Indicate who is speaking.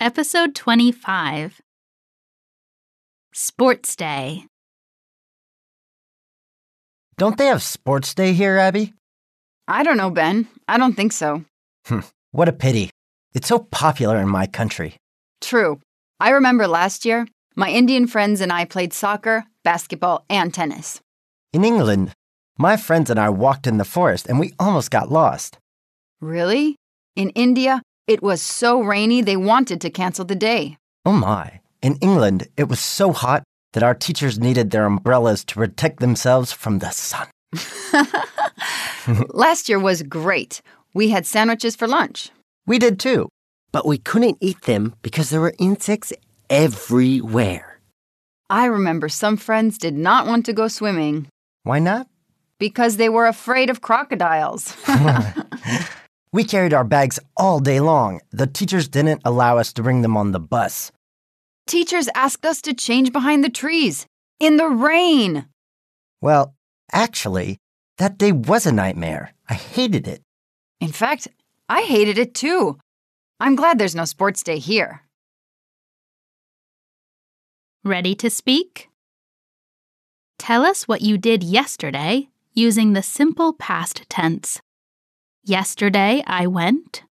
Speaker 1: Episode 25 Sports Day.
Speaker 2: Don't they have sports day here, Abby?
Speaker 3: I don't know, Ben. I don't think so.
Speaker 2: What a pity. It's so popular in my country.
Speaker 3: True. I remember last year, my Indian friends and I played soccer, basketball, and tennis.
Speaker 2: In England, my friends and I walked in the forest and we almost got lost.
Speaker 3: Really? In India, it was so rainy they wanted to cancel the day.
Speaker 2: Oh my. In England, it was so hot that our teachers needed their umbrellas to protect themselves from the sun.
Speaker 3: last year was great. We had sandwiches for lunch.
Speaker 2: We did too.
Speaker 4: but we couldn't eat them because there were insects everywhere.
Speaker 3: I remember some friends did not want to go swimming
Speaker 2: Why not?
Speaker 3: because they were afraid of crocodiles.
Speaker 2: We carried our bags all day long. The teachers didn't allow us to bring them on the bus.
Speaker 3: Teachers asked us to change behind the trees in the rain.
Speaker 2: Well, actually, that day was a nightmare. I hated it.
Speaker 3: In fact, I hated it too. I'm glad there's no sports day here.
Speaker 1: Ready to speak? Tell us what you did yesterday using the simple past tense. Yesterday I went.